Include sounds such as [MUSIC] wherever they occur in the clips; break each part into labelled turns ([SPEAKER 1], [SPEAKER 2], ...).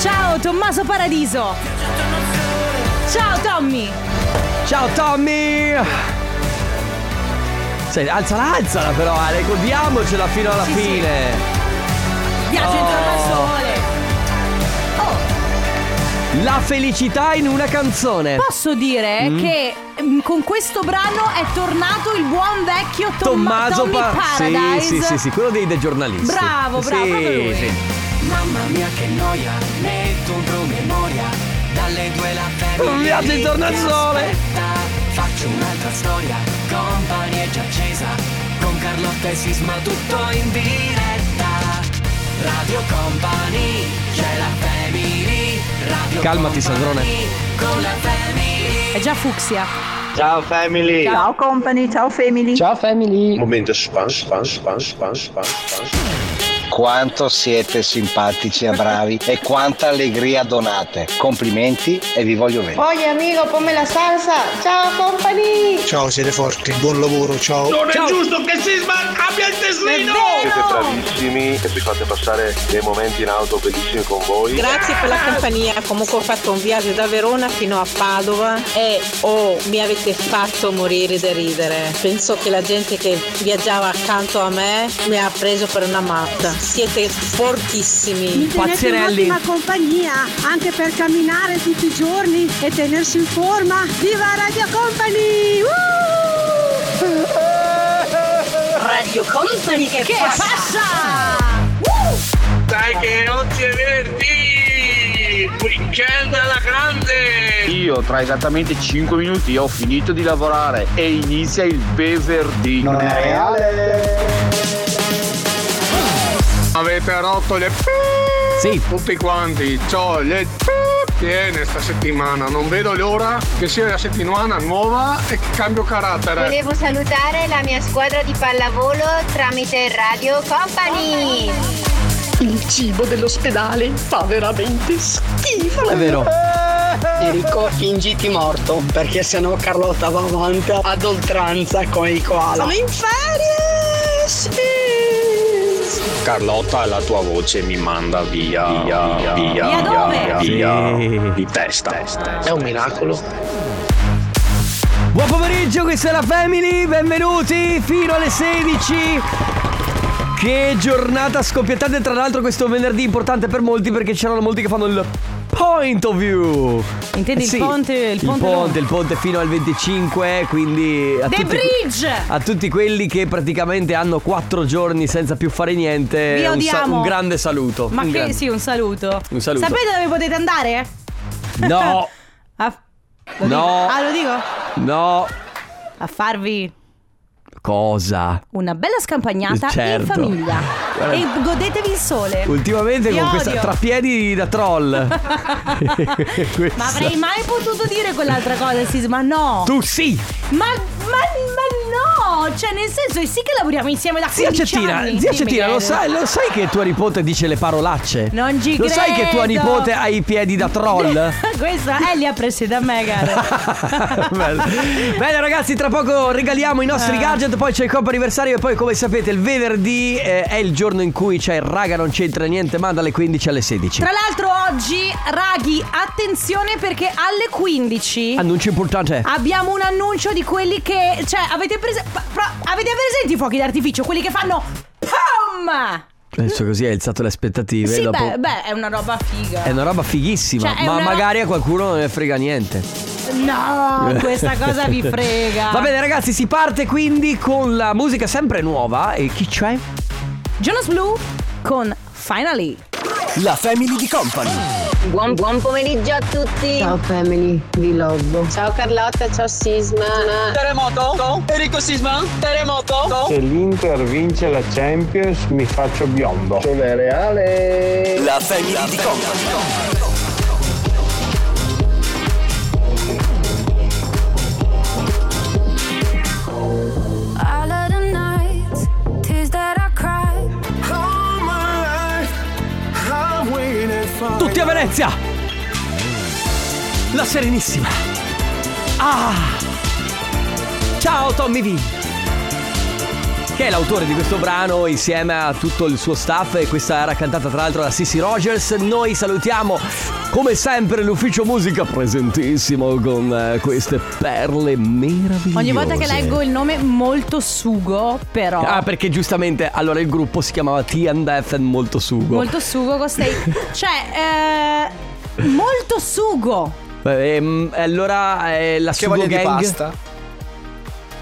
[SPEAKER 1] Ciao Tommaso Paradiso. Ciao Tommy.
[SPEAKER 2] Ciao Tommy! Sai, alzala, alzala però, Ale, godiamocela fino alla
[SPEAKER 1] Sì, sì.
[SPEAKER 2] fine.
[SPEAKER 1] Piace intorno al
[SPEAKER 2] Oh.
[SPEAKER 1] sole. Oh,
[SPEAKER 2] La felicità in una canzone.
[SPEAKER 1] posso dire che mm, con questo brano è tornato il buon vecchio Tomma- Tommy
[SPEAKER 2] Pa-
[SPEAKER 1] Paradise.
[SPEAKER 2] Sì, sì, sì, sì, quello dei, dei giornalisti.
[SPEAKER 1] Bravo, bravo,
[SPEAKER 2] Sì,
[SPEAKER 1] proprio lui.
[SPEAKER 2] sì.
[SPEAKER 3] Mamma mia che noia, metto un promemoria, dalle due la famiglia.
[SPEAKER 2] Un viaggio intorno al
[SPEAKER 3] che
[SPEAKER 2] sole.
[SPEAKER 3] aspetta. Faccio un'altra storia, compagnie è già accesa, con Carlotta e Sisma tutto in diretta. Radio Company, c'è la family, Radio
[SPEAKER 2] Calmati, Sandrone.
[SPEAKER 3] Company, con la family.
[SPEAKER 1] È già fucsia.
[SPEAKER 4] Ciao family.
[SPEAKER 5] Ciao company, ciao family.
[SPEAKER 4] Momento span span span span span span.
[SPEAKER 6] Quanto siete simpatici e bravi e quanta allegria donate. Complimenti e vi voglio bene.
[SPEAKER 7] Oye amigo, ponme la salsa. Ciao company.
[SPEAKER 8] Ciao, siete forti, buon lavoro, ciao.
[SPEAKER 1] È vero.
[SPEAKER 4] bravissimi e vi fate passare dei momenti in auto bellissimi con voi.
[SPEAKER 9] Grazie per la compagnia, comunque ho fatto un viaggio da Verona fino a Padova e oh, mi avete fatto morire da ridere. Penso che la gente che viaggiava accanto a me mi ha preso per una matta. Siete fortissimi.
[SPEAKER 2] Pazzerelli.
[SPEAKER 7] compagnia, anche per camminare tutti i giorni e tenersi in forma. Viva Radio Company!
[SPEAKER 9] Radio Company che,
[SPEAKER 1] Che passa!
[SPEAKER 4] Dai che oggi è venerdì! Weekend alla grande!
[SPEAKER 10] Io tra esattamente 5 minuti ho finito di lavorare e inizia il beverdì. Non è reale. Avete rotto le
[SPEAKER 2] Sì,
[SPEAKER 10] tutti quanti, ciò le piene sta settimana, non vedo l'ora che sia la settimana nuova e che cambio carattere.
[SPEAKER 7] Volevo salutare la mia squadra di pallavolo tramite Radio Company.
[SPEAKER 5] Il cibo dell'ospedale fa veramente schifo.
[SPEAKER 2] è vero.
[SPEAKER 5] Enrico, fingiti morto, perché sennò Carlotta va avanti ad oltranza con i koala. Sono in ferie!
[SPEAKER 10] Carlotta, la tua voce mi manda via, via, via,
[SPEAKER 1] Via dove?
[SPEAKER 2] Sì.
[SPEAKER 10] di testa. È un miracolo.
[SPEAKER 2] Buon pomeriggio, questa è la Family, benvenuti fino alle 16. Che giornata scoppiettante, tra l'altro questo venerdì importante per molti perché c'erano molti che fanno il point of view. Eh
[SPEAKER 1] Intendi il ponte- il ponte
[SPEAKER 2] il
[SPEAKER 1] lungo.
[SPEAKER 2] ponte, il ponte fino al 25, quindi a
[SPEAKER 1] The
[SPEAKER 2] tutti,
[SPEAKER 1] Bridge!
[SPEAKER 2] a tutti quelli che praticamente hanno 4 giorni senza più fare niente,
[SPEAKER 1] Vi
[SPEAKER 2] un, sa-
[SPEAKER 1] odiamo.
[SPEAKER 2] un grande saluto.
[SPEAKER 1] Ma
[SPEAKER 2] un
[SPEAKER 1] che
[SPEAKER 2] grande-
[SPEAKER 1] sì, un saluto.
[SPEAKER 2] Un saluto.
[SPEAKER 1] Sapete dove potete andare?
[SPEAKER 2] No,
[SPEAKER 1] A... lo
[SPEAKER 2] No.
[SPEAKER 1] dico- Ah, lo dico?
[SPEAKER 2] no,
[SPEAKER 1] A farvi
[SPEAKER 2] cosa?
[SPEAKER 1] una bella scampagnata
[SPEAKER 2] Certo.
[SPEAKER 1] in famiglia.
[SPEAKER 2] Guarda-
[SPEAKER 1] E godetevi il sole.
[SPEAKER 2] Ultimamente
[SPEAKER 1] Vi
[SPEAKER 2] con questa
[SPEAKER 1] odio.
[SPEAKER 2] trappiedi da
[SPEAKER 1] [LAUGHS]
[SPEAKER 2] troll. [LAUGHS] Questa-
[SPEAKER 1] Ma avrei mai potuto dire quell'altra cosa, Sisma? No!
[SPEAKER 2] Tu sì!
[SPEAKER 1] Ma, ma, ma no! Cioè, nel senso, è sì che lavoriamo insieme da
[SPEAKER 2] Zia
[SPEAKER 1] 15
[SPEAKER 2] Cettina,
[SPEAKER 1] anni.
[SPEAKER 2] zia
[SPEAKER 1] Sì,
[SPEAKER 2] Cettina, lo
[SPEAKER 1] Michele.
[SPEAKER 2] sai, lo sai che tua nipote dice le parolacce?
[SPEAKER 1] Non ci
[SPEAKER 2] Lo sai che tua
[SPEAKER 1] credo.
[SPEAKER 2] nipote ha i piedi
[SPEAKER 1] [LAUGHS]
[SPEAKER 2] da troll?
[SPEAKER 1] [LAUGHS] Questa è li ha presi da me,
[SPEAKER 2] [LAUGHS]
[SPEAKER 1] cara.
[SPEAKER 2] Bello. Bene ragazzi, tra poco regaliamo i
[SPEAKER 1] Ah.
[SPEAKER 2] nostri gadget, poi c'è il compo anniversario e poi come sapete il venerdì eh, è il giorno in cui c'è il raga non c'entra niente ma dalle 15 alle 16.
[SPEAKER 1] Tra l'altro oggi, raghi, attenzione perché alle 15
[SPEAKER 2] Annuncio importante.
[SPEAKER 1] abbiamo un annuncio di quelli che... Cioè, avete, prese- pa- pro- avete presenti i fuochi d'artificio? Quelli che fanno... POM!
[SPEAKER 2] Adesso così hai alzato le aspettative.
[SPEAKER 1] Sì,
[SPEAKER 2] dopo...
[SPEAKER 1] beh, beh, è una roba figa.
[SPEAKER 2] È una roba fighissima,
[SPEAKER 1] Cioè, è
[SPEAKER 2] ma
[SPEAKER 1] una-
[SPEAKER 2] magari a qualcuno non ne frega niente.
[SPEAKER 1] No, questa cosa
[SPEAKER 2] [LAUGHS]
[SPEAKER 1] vi frega.
[SPEAKER 2] Va bene ragazzi, si parte quindi con la musica sempre nuova e chi c'è?
[SPEAKER 1] Jonas Blue con Finally.
[SPEAKER 2] La Family di Company.
[SPEAKER 9] Buon, buon pomeriggio a tutti. Ciao family, vi love. Ciao Carlotta, ciao Sisma.
[SPEAKER 10] Se l'Inter vince la Champions mi faccio biondo.
[SPEAKER 2] La Family di Company.
[SPEAKER 7] All of the nights, tears that I cried.
[SPEAKER 2] Tutti a Venezia! La Serenissima. Ah! Ciao Tommy V. che è l'autore di questo brano insieme a tutto il suo staff e questa era cantata tra l'altro da Sissy Rogers. Noi salutiamo come sempre l'ufficio musica presentissimo con eh, queste perle meravigliose.
[SPEAKER 1] Ogni volta che leggo il nome molto sugo, però.
[SPEAKER 2] Ah, perché giustamente allora il gruppo si chiamava TNF and Molto Sugo.
[SPEAKER 1] Molto sugo costei.
[SPEAKER 2] [LAUGHS]
[SPEAKER 1] cioè, eh, molto sugo.
[SPEAKER 2] Eh, ehm, allora eh, la
[SPEAKER 11] Che
[SPEAKER 2] Sugo
[SPEAKER 11] voglia di
[SPEAKER 2] Gang.
[SPEAKER 11] pasta.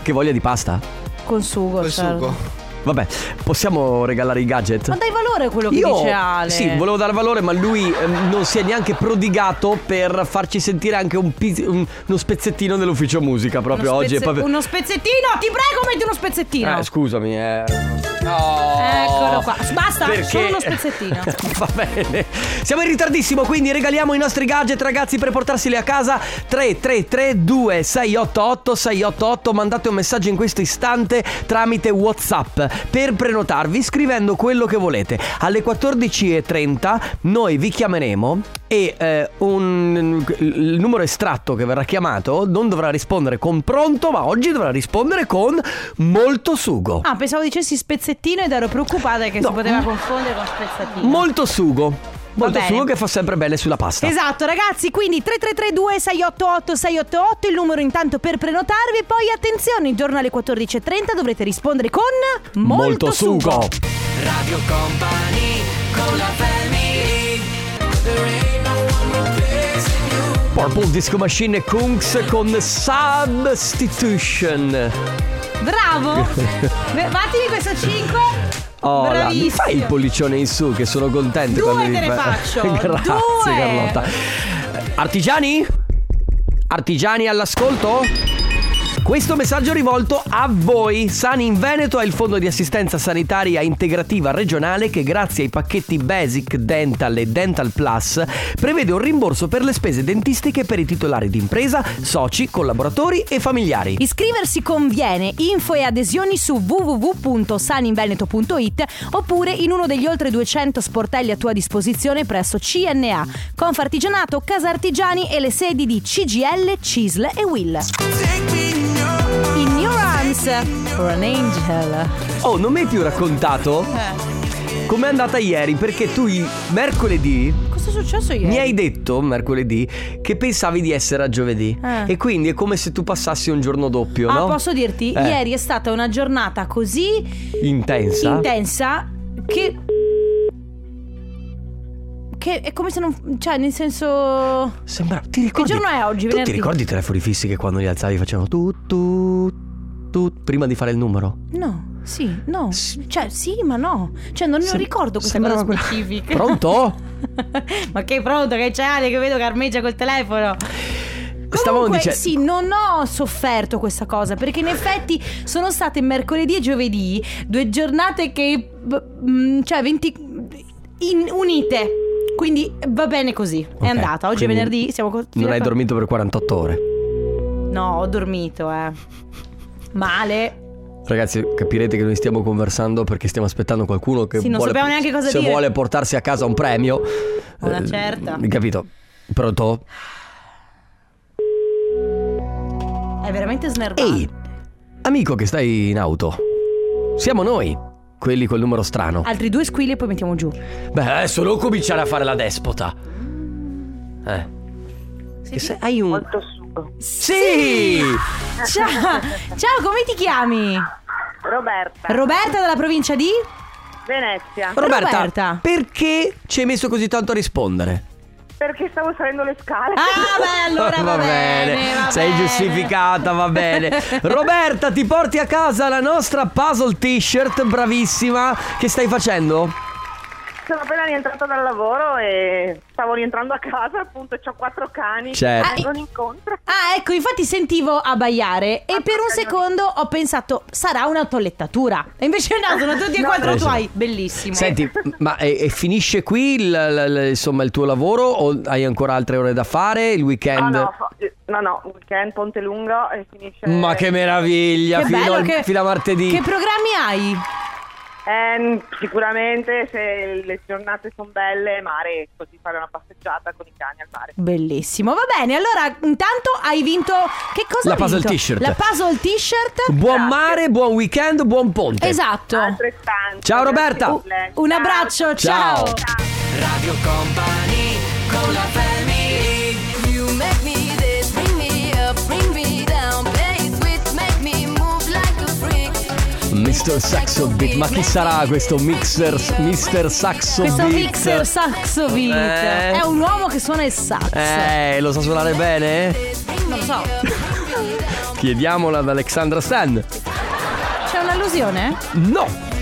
[SPEAKER 2] Che voglia di pasta?
[SPEAKER 1] Con sugo, certo.
[SPEAKER 2] Vabbè, possiamo regalare i gadget?
[SPEAKER 1] Ma dai valore a quello che
[SPEAKER 2] Io
[SPEAKER 1] dice Ale.
[SPEAKER 2] sì, volevo dare valore, ma lui ehm, non si è neanche prodigato per farci sentire anche un piz- un- uno spezzettino dell'ufficio musica proprio
[SPEAKER 1] Uno
[SPEAKER 2] oggi. è
[SPEAKER 1] spezze-
[SPEAKER 2] proprio-
[SPEAKER 1] Uno spezzettino, ti prego, metti uno spezzettino.
[SPEAKER 2] Eh, scusami, eh.
[SPEAKER 1] Eccolo qua. Basta,
[SPEAKER 2] Perché-
[SPEAKER 1] solo uno
[SPEAKER 2] [LAUGHS]
[SPEAKER 1] spezzettino.
[SPEAKER 2] Va bene. Siamo in ritardissimo, quindi regaliamo i nostri gadget, ragazzi, per portarseli a casa. 333 2688 688 Mandate un messaggio in questo istante tramite WhatsApp per prenotarvi scrivendo quello che volete. Alle 14.30 noi vi chiameremo e eh, un- il numero estratto che verrà chiamato non dovrà rispondere con pronto, ma oggi dovrà rispondere con molto sugo.
[SPEAKER 1] Ah, pensavo dicessi spezzettino ed ero preoccupata che
[SPEAKER 2] No.
[SPEAKER 1] si poteva confondere con spezzatino.
[SPEAKER 2] Molto sugo. Molto
[SPEAKER 1] bene.
[SPEAKER 2] sugo che fa sempre bene sulla pasta.
[SPEAKER 1] Esatto ragazzi, quindi 3332 688 688 il numero intanto per prenotarvi e poi attenzione, intorno alle 14.30 dovrete rispondere con molto, sugo.
[SPEAKER 3] Radio Company con la family There ain't no one replacing you
[SPEAKER 2] Purple Disco Machine e Kunks con Substitution.
[SPEAKER 1] Bravo! Beh, Vattimi questo 5.
[SPEAKER 2] Oh, la- mi
[SPEAKER 1] Bravissimo.
[SPEAKER 2] fai il pollicione in su che sono contento
[SPEAKER 1] Due
[SPEAKER 2] quando mi
[SPEAKER 1] te ne
[SPEAKER 2] fai-
[SPEAKER 1] faccio,
[SPEAKER 2] [LAUGHS] Grazie
[SPEAKER 1] due.
[SPEAKER 2] Carlotta. Artigiani? Artigiani all'ascolto? Questo messaggio è rivolto a voi. Sani in Veneto è il fondo di assistenza sanitaria integrativa regionale che grazie ai pacchetti Basic Dental e Dental Plus prevede un rimborso per le spese dentistiche per i titolari di impresa, soci, collaboratori e familiari.
[SPEAKER 1] Iscriversi conviene, info e adesioni su www.saninveneto.it oppure in uno degli oltre 200 sportelli a tua disposizione presso CNA, Confartigianato, Casa Artigiani e le sedi di CGL, CISL e WILL. In your arms, for an angel.
[SPEAKER 2] Oh, non mi hai più raccontato
[SPEAKER 1] Eh.
[SPEAKER 2] com'è andata ieri? Perché tu i- mercoledì
[SPEAKER 1] Cosa è successo ieri?
[SPEAKER 2] mi hai detto mercoledì che pensavi di essere a giovedì.
[SPEAKER 1] Eh.
[SPEAKER 2] E quindi è come se tu passassi un giorno doppio,
[SPEAKER 1] Ah,
[SPEAKER 2] no?
[SPEAKER 1] posso dirti,
[SPEAKER 2] Eh.
[SPEAKER 1] ieri è stata una giornata così
[SPEAKER 2] Intensa.
[SPEAKER 1] intensa che... Che è come se non... Cioè, nel senso...
[SPEAKER 2] Sembra. Ti ricordi?
[SPEAKER 1] Che giorno è oggi?
[SPEAKER 2] Tu ti
[SPEAKER 1] Venerdì?
[SPEAKER 2] ricordi i telefoni fissi che quando li alzavi facevano tu tu tu prima di fare il numero?
[SPEAKER 1] No, sì, no. Cioè, sì, ma no. Cioè, non, non
[SPEAKER 2] Sem-
[SPEAKER 1] ricordo questa
[SPEAKER 2] sembrava
[SPEAKER 1] cosa
[SPEAKER 2] quella-
[SPEAKER 1] specifica.
[SPEAKER 2] Pronto?
[SPEAKER 1] [LAUGHS] ma che pronto, che c'è Ale che vedo che armeggia col telefono.
[SPEAKER 2] Stavamo
[SPEAKER 1] Comunque,
[SPEAKER 2] dicendo
[SPEAKER 1] sì, non ho sofferto questa cosa perché in effetti sono state mercoledì e giovedì due giornate che. b- mm, cioè, 20. in- unite. Quindi va bene così.
[SPEAKER 2] Ok,
[SPEAKER 1] è andata. Oggi è
[SPEAKER 2] quindi
[SPEAKER 1] venerdì. Siamo co-
[SPEAKER 2] Non hai
[SPEAKER 1] fino a-
[SPEAKER 2] dormito per 48 ore.
[SPEAKER 1] No, ho dormito, eh. Male.
[SPEAKER 2] Ragazzi, capirete che noi stiamo conversando perché stiamo aspettando qualcuno che
[SPEAKER 1] Sì, non
[SPEAKER 2] vuole,
[SPEAKER 1] sappiamo neanche cosa
[SPEAKER 2] se
[SPEAKER 1] dire.
[SPEAKER 2] vuole portarsi a casa un premio.
[SPEAKER 1] Una
[SPEAKER 2] Eh,
[SPEAKER 1] certa.
[SPEAKER 2] Capito? Pronto?
[SPEAKER 1] È veramente snervante.
[SPEAKER 2] Ehi, amico che stai in auto. Siamo noi, quelli col numero strano.
[SPEAKER 1] Altri due squilli e poi mettiamo giù.
[SPEAKER 2] Beh, adesso non cominciare a fare la despota. Eh. Che se- hai un... Sì!
[SPEAKER 1] Ciao, ciao, come ti chiami?
[SPEAKER 9] Roberta.
[SPEAKER 1] Roberta dalla provincia di?
[SPEAKER 9] Venezia.
[SPEAKER 2] Roberta, perché ci hai messo così tanto a rispondere?
[SPEAKER 9] Perché stavo salendo le scale.
[SPEAKER 1] Ah, beh,
[SPEAKER 2] [LAUGHS]
[SPEAKER 1] allora va, bene. va
[SPEAKER 2] sei
[SPEAKER 1] bene.
[SPEAKER 2] giustificata, va bene.
[SPEAKER 1] [LAUGHS]
[SPEAKER 2] Roberta, ti porti a casa la nostra puzzle t-shirt, bravissima. Che stai facendo?
[SPEAKER 9] Sono appena rientrata dal lavoro e stavo rientrando a casa, appunto, e ho quattro cani.
[SPEAKER 2] Certo.
[SPEAKER 9] che vengono incontro.
[SPEAKER 1] Ah, ecco, infatti sentivo abbaiare
[SPEAKER 9] Ah,
[SPEAKER 1] e per un secondo ho pensato sarà una tollettatura. E invece no, sono tutti e
[SPEAKER 9] No,
[SPEAKER 1] quattro
[SPEAKER 2] no.
[SPEAKER 1] tuoi. Bellissimo.
[SPEAKER 2] Eh, Senti, ma e, e finisce qui il, l- l- insomma, il tuo lavoro o hai ancora altre ore da fare? Il
[SPEAKER 9] Ah,
[SPEAKER 2] weekend?
[SPEAKER 9] no, cioè, fa- no, no, weekend, ponte lungo e finisce.
[SPEAKER 2] Ma che meraviglia,
[SPEAKER 1] Che
[SPEAKER 2] fino,
[SPEAKER 1] bello
[SPEAKER 2] al-
[SPEAKER 1] che-
[SPEAKER 2] fino a martedì.
[SPEAKER 1] Che programmi hai?
[SPEAKER 9] Eh, sicuramente se le giornate sono belle, mare, così fare una passeggiata con i cani al mare.
[SPEAKER 1] Bellissimo. Va bene, allora intanto hai vinto. Che cosa
[SPEAKER 2] La
[SPEAKER 1] hai vinto?
[SPEAKER 2] puzzle t-shirt.
[SPEAKER 1] La puzzle t-shirt.
[SPEAKER 2] Buon mare, buon weekend, buon ponte.
[SPEAKER 1] Esatto.
[SPEAKER 2] Ciao Roberta.
[SPEAKER 1] Un abbraccio, ciao.
[SPEAKER 2] Ciao.
[SPEAKER 3] Radio Company con la family You make me this, bring me up, bring me down Play it with, make me move like a freak
[SPEAKER 2] Mr. Saxo Beat, ma chi sarà questo mixer, Mr. Saxo
[SPEAKER 1] Questo
[SPEAKER 2] Beat?
[SPEAKER 1] mixer saxo beat.
[SPEAKER 2] Eh.
[SPEAKER 1] È un uomo che suona il sax.
[SPEAKER 2] Eh, lo sa suonare bene?
[SPEAKER 1] Non lo so.
[SPEAKER 2] Chiediamola ad Alexandra Stan.
[SPEAKER 1] C'è un'allusione?
[SPEAKER 2] No!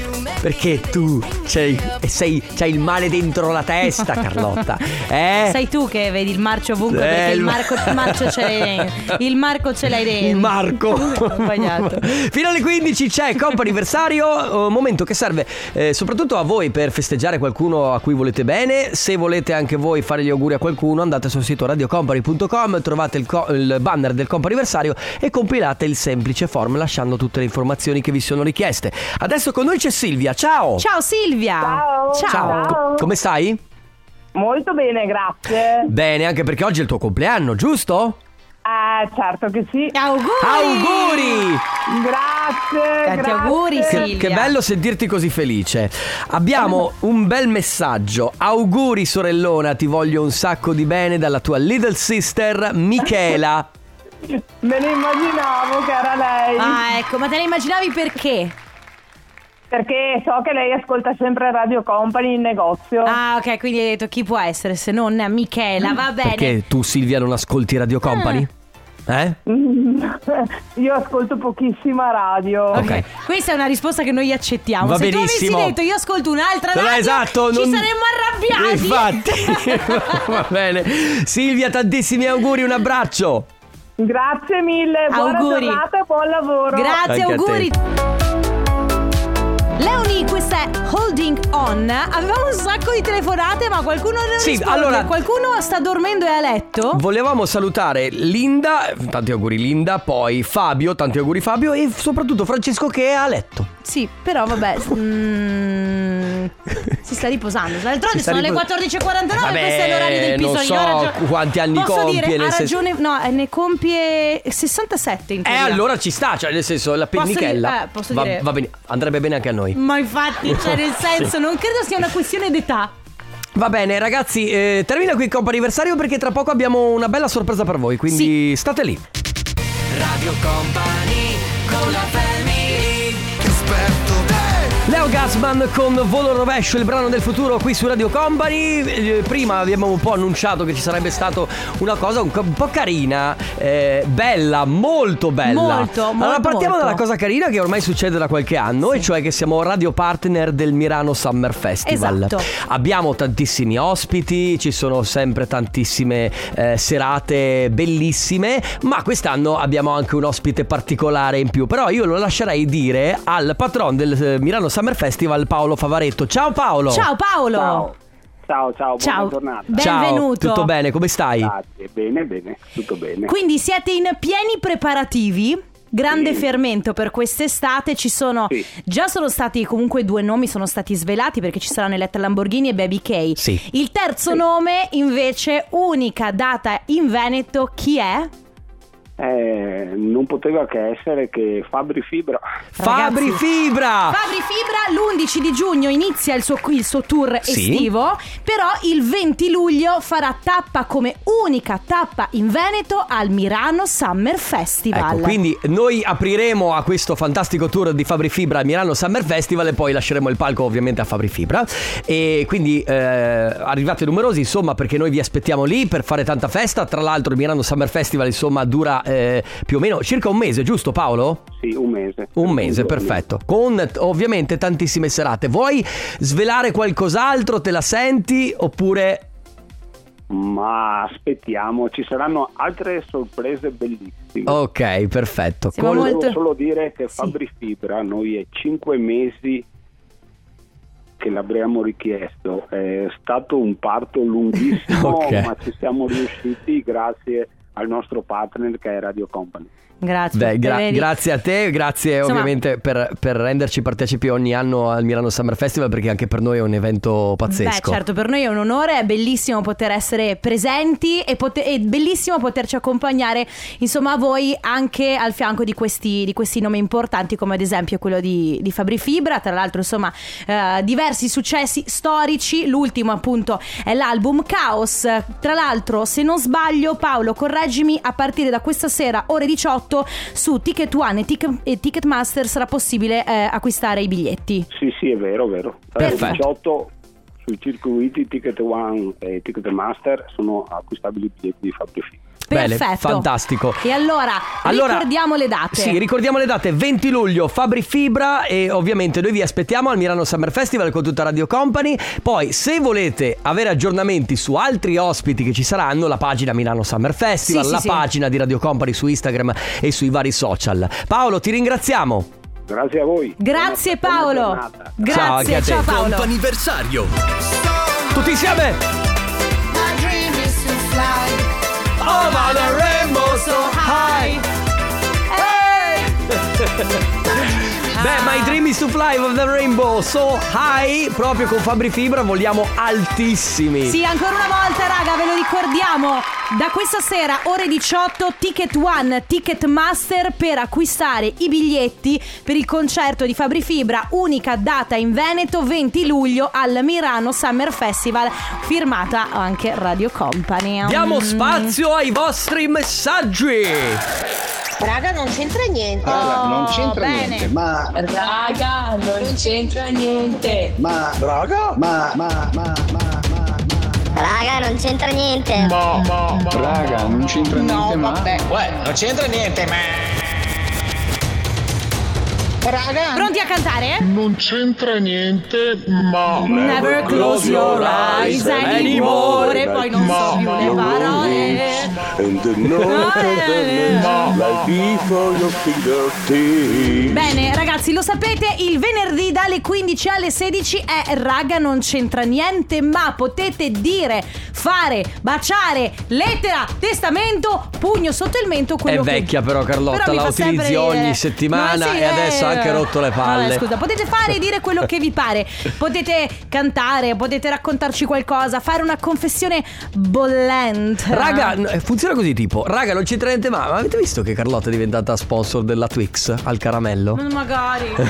[SPEAKER 2] Perché tu c'hai, e sei, c'hai il male dentro la testa,
[SPEAKER 1] [LAUGHS]
[SPEAKER 2] Carlotta. Eh?
[SPEAKER 1] Sei tu che vedi il marcio ovunque
[SPEAKER 2] Eh,
[SPEAKER 1] perché il
[SPEAKER 2] il-
[SPEAKER 1] Marco, il marcio ce l'hai
[SPEAKER 2] [LAUGHS]
[SPEAKER 1] dentro. Il Marco ce l'hai dentro.
[SPEAKER 2] Il Marco.
[SPEAKER 1] Ho sbagliato.
[SPEAKER 2] Esatto. Fino alle 15 c'è Coppa Anniversario, eh, momento che serve eh, soprattutto a voi per festeggiare qualcuno a cui volete bene. Se volete anche voi fare gli auguri a qualcuno, andate sul sito radiocompany.com, trovate il, co- il banner del Coppa Anniversario e compilate il semplice form lasciando tutte le informazioni che vi sono richieste. Adesso con noi c'è Silvia, ciao!
[SPEAKER 1] Ciao Silvia.
[SPEAKER 9] Ciao.
[SPEAKER 2] Ciao. Co- come stai?
[SPEAKER 9] Molto bene, grazie.
[SPEAKER 2] Bene, anche perché oggi è il tuo compleanno, giusto?
[SPEAKER 9] Ah, certo che sì.
[SPEAKER 1] Auguri.
[SPEAKER 2] Auguri!
[SPEAKER 9] Grazie.
[SPEAKER 1] Tanti
[SPEAKER 9] grazie.
[SPEAKER 1] auguri
[SPEAKER 2] Che,
[SPEAKER 1] Silvia.
[SPEAKER 2] che bello sentirti così felice. Abbiamo un bel messaggio. Auguri sorellona, ti voglio un sacco di bene dalla tua little sister
[SPEAKER 1] [LAUGHS]
[SPEAKER 2] Michela.
[SPEAKER 9] Me ne immaginavo che era lei.
[SPEAKER 1] Ah, ecco, ma te ne immaginavi perché?
[SPEAKER 9] Perché so che lei ascolta sempre Radio Company in negozio.
[SPEAKER 1] Ah, ok, quindi hai detto chi può essere se non Michela, va bene.
[SPEAKER 2] Perché tu Silvia non ascolti Radio Company?
[SPEAKER 1] Ah.
[SPEAKER 2] Eh?
[SPEAKER 9] Mm, Io ascolto pochissima radio.
[SPEAKER 2] Ok. Cioè,
[SPEAKER 1] Questa è una risposta che noi accettiamo.
[SPEAKER 2] Va
[SPEAKER 1] Se tu
[SPEAKER 2] benissimo.
[SPEAKER 1] avessi detto io ascolto un'altra
[SPEAKER 2] No,
[SPEAKER 1] radio,
[SPEAKER 2] esatto,
[SPEAKER 1] ci
[SPEAKER 2] non-
[SPEAKER 1] saremmo arrabbiati. [LAUGHS]
[SPEAKER 2] Infatti. [LAUGHS] Va bene. Silvia, tantissimi auguri, un abbraccio.
[SPEAKER 9] Grazie mille, buona
[SPEAKER 1] Auguri.
[SPEAKER 9] giornata e buon lavoro.
[SPEAKER 1] Grazie,
[SPEAKER 2] Anche a te.
[SPEAKER 1] auguri. Leonie, questa è Holding On. Avevamo un sacco di telefonate, ma qualcuno non
[SPEAKER 2] Sì,
[SPEAKER 1] risponde.
[SPEAKER 2] allora-
[SPEAKER 1] Qualcuno sta dormendo e a letto?
[SPEAKER 2] Volevamo salutare Linda, tanti auguri Linda, poi Fabio, tanti auguri Fabio e soprattutto Francesco che è a letto.
[SPEAKER 1] Sì, però
[SPEAKER 2] [LAUGHS]
[SPEAKER 1] vabbè. mm, si sta riposando. D'altronde
[SPEAKER 2] Si sta
[SPEAKER 1] sono le
[SPEAKER 2] ripos-
[SPEAKER 1] 14.49,
[SPEAKER 2] Vabbè,
[SPEAKER 1] questo è l'orario del
[SPEAKER 2] non
[SPEAKER 1] pisolino.
[SPEAKER 2] so
[SPEAKER 1] ha ragione-
[SPEAKER 2] quanti anni
[SPEAKER 1] Posso
[SPEAKER 2] compie,
[SPEAKER 1] dire,
[SPEAKER 2] nel
[SPEAKER 1] ha
[SPEAKER 2] senso-
[SPEAKER 1] ragione. No, eh, ne compie 67 in
[SPEAKER 2] Eh,
[SPEAKER 1] teoria.
[SPEAKER 2] allora ci sta, cioè nel senso la
[SPEAKER 1] Posso
[SPEAKER 2] pennichella.
[SPEAKER 1] dire- eh, posso
[SPEAKER 2] va,
[SPEAKER 1] dire-
[SPEAKER 2] va bene, andrebbe bene anche a noi.
[SPEAKER 1] Ma infatti, cioè,
[SPEAKER 2] [LAUGHS]
[SPEAKER 1] nel senso, non credo sia una questione d'età.
[SPEAKER 2] Va bene, ragazzi, eh, termina qui il compo anniversario perché tra poco abbiamo una bella sorpresa per voi, quindi state lì.
[SPEAKER 3] Radio Company con la family
[SPEAKER 2] Leo Gasman con Volo Rovescio, il brano del futuro qui su Radio Company. Eh, Prima abbiamo un po' annunciato che ci sarebbe stata una cosa un, co- un po' carina, eh, bella, molto bella.
[SPEAKER 1] Molto, molto,
[SPEAKER 2] Allora partiamo
[SPEAKER 1] molto.
[SPEAKER 2] dalla cosa carina che ormai succede da qualche anno, e cioè che siamo radio partner del Mirano Summer Festival.
[SPEAKER 1] Esatto.
[SPEAKER 2] Abbiamo tantissimi ospiti, ci sono sempre tantissime eh, serate bellissime, ma quest'anno abbiamo anche un ospite particolare in più. Però io lo lascerei dire al patron del eh, Milano Summer Festival, Paolo Favaretto. Ciao Paolo!
[SPEAKER 1] Ciao Paolo.
[SPEAKER 11] Ciao. Ciao, ciao, buona
[SPEAKER 1] Ciao.
[SPEAKER 11] giornata.
[SPEAKER 2] Ciao,
[SPEAKER 1] Benvenuto.
[SPEAKER 2] tutto bene, come stai?
[SPEAKER 11] Grazie, bene, bene, tutto bene.
[SPEAKER 1] Quindi siete in pieni preparativi. Grande
[SPEAKER 11] Sì.
[SPEAKER 1] fermento per quest'estate, ci sono
[SPEAKER 11] Sì.
[SPEAKER 1] già sono stati comunque due nomi sono stati svelati perché ci saranno Eletta Lamborghini e Baby K.
[SPEAKER 2] Sì.
[SPEAKER 1] Il terzo nome invece unica data in Veneto chi è?
[SPEAKER 11] Eh, non poteva che essere che Fabri Fibra.
[SPEAKER 2] Fabri Fibra!
[SPEAKER 1] Fabri Fibra l'11 di giugno inizia il suo, il suo tour
[SPEAKER 2] Sì.
[SPEAKER 1] estivo, però il 20 luglio farà tappa come unica tappa in Veneto al Mirano Summer Festival.
[SPEAKER 2] Ecco, quindi noi apriremo a questo fantastico tour di Fabri Fibra al Milano Summer Festival e poi lasceremo il palco ovviamente a Fabri Fibra. E quindi eh, arrivate numerosi, insomma, perché noi vi aspettiamo lì per fare tanta festa. Tra l'altro il Milano Summer Festival, insomma, dura eh, più o meno circa un mese, giusto Paolo?
[SPEAKER 11] Sì, un mese.
[SPEAKER 2] Un mese, perfetto. Con t- ovviamente tantissime serate. Vuoi svelare qualcos'altro? Te la senti? Oppure...
[SPEAKER 11] Ma aspettiamo, ci saranno altre sorprese bellissime.
[SPEAKER 2] Ok, perfetto.
[SPEAKER 1] Siamo
[SPEAKER 2] Col-
[SPEAKER 1] molto-
[SPEAKER 11] Volevo solo dire che
[SPEAKER 1] Sì.
[SPEAKER 11] Fabri Fibra, noi è cinque mesi che l'abbiamo richiesto, è stato un parto lunghissimo,
[SPEAKER 2] Ok.
[SPEAKER 11] ma ci siamo riusciti grazie al nostro partner che è Radio Company.
[SPEAKER 1] Grazie.
[SPEAKER 2] Beh, gra-
[SPEAKER 1] vedi?
[SPEAKER 2] grazie a te, grazie
[SPEAKER 1] Insomma-
[SPEAKER 2] ovviamente per, per renderci partecipi ogni anno al Milano Summer Festival perché anche per noi è un evento pazzesco.
[SPEAKER 1] Beh, certo, per noi è un onore, è bellissimo poter essere presenti e pote- è bellissimo poterci accompagnare, insomma, a voi anche al fianco di questi, di questi nomi importanti, come ad esempio quello di, di Fabri Fibra. Tra l'altro, insomma, eh, diversi successi storici. L'ultimo, appunto, è l'album Chaos. Tra l'altro, se non sbaglio, Paolo, correggimi, a partire da questa sera, ore 18, su Ticket One e, Tic- e Ticketmaster sarà possibile eh, acquistare i biglietti.
[SPEAKER 11] Sì, sì, è vero, è vero. Tra le
[SPEAKER 2] Perfetto.
[SPEAKER 11] 18 sui circuiti Ticket One e Ticket Master sono acquistabili i biglietti di Fabio Fini.
[SPEAKER 2] Bene,
[SPEAKER 1] Perfetto.
[SPEAKER 2] fantastico.
[SPEAKER 1] E allora,
[SPEAKER 2] Allora-
[SPEAKER 1] ricordiamo le date.
[SPEAKER 2] Sì, ricordiamo le date 20 luglio Fabri Fibra e ovviamente noi vi aspettiamo al Milano Summer Festival con tutta Radio Company. Poi se volete avere aggiornamenti su altri ospiti che ci saranno, la pagina Milano Summer Festival,
[SPEAKER 1] Sì, sì,
[SPEAKER 2] la
[SPEAKER 1] sì.
[SPEAKER 2] pagina di Radio Company su Instagram e sui vari social. Paolo, ti ringraziamo.
[SPEAKER 11] Grazie a voi.
[SPEAKER 1] Grazie Paolo. Grazie,
[SPEAKER 2] Ciao, anche a te.
[SPEAKER 1] ciao Paolo.
[SPEAKER 2] anniversario. Tutti insieme.
[SPEAKER 3] Over the rainbow so high
[SPEAKER 2] Beh, My Dream is to Fly of the Rainbow, so high, proprio con Fabri Fibra vogliamo altissimi.
[SPEAKER 1] Sì, ancora una volta, raga, ve lo ricordiamo. Da questa sera, ore 18, Ticket One, Ticketmaster per acquistare i biglietti per il concerto di Fabri Fibra, unica data in Veneto, 20 luglio al Mirano Summer Festival, firmata anche Radio Company. Mm.
[SPEAKER 2] Diamo spazio ai vostri messaggi.
[SPEAKER 12] Raga, non c'entra niente.
[SPEAKER 6] Raga, non c'entra niente, ma-
[SPEAKER 12] Raga, non c'entra niente.
[SPEAKER 6] Ma raga? Ma ma ma ma
[SPEAKER 12] Raga, non c'entra niente.
[SPEAKER 6] Raga, non c'entra niente ma
[SPEAKER 12] non c'entra niente, ma. Raga.
[SPEAKER 1] Pronti a cantare?
[SPEAKER 12] Non c'entra niente, ma.
[SPEAKER 1] Never close your eyes anymore. E poi non so più le parole. Bene, ragazzi, lo sapete, il venerdì dalle 15 alle 16 è raga, non c'entra niente, ma potete dire, fare, baciare, lettera, testamento, pugno sotto il mento,
[SPEAKER 2] È
[SPEAKER 1] quello che
[SPEAKER 2] vecchia però Carlotta,
[SPEAKER 1] Però mi
[SPEAKER 2] la
[SPEAKER 1] fa
[SPEAKER 2] utilizzi
[SPEAKER 1] sempre ridere.
[SPEAKER 2] ogni settimana
[SPEAKER 1] No, sì,
[SPEAKER 2] e adesso ha
[SPEAKER 1] eh.
[SPEAKER 2] anche rotto le palle.
[SPEAKER 1] No, eh, scusa, potete fare e dire quello che vi
[SPEAKER 2] [LAUGHS]
[SPEAKER 1] pare. Potete cantare, potete raccontarci qualcosa, fare una confessione bollente.
[SPEAKER 2] Raga, n- funziona così tipo, raga non c'entra niente ma, ma avete visto che Carlotta è diventata sponsor della Twix al caramello?
[SPEAKER 1] Ma magari.
[SPEAKER 2] Oh,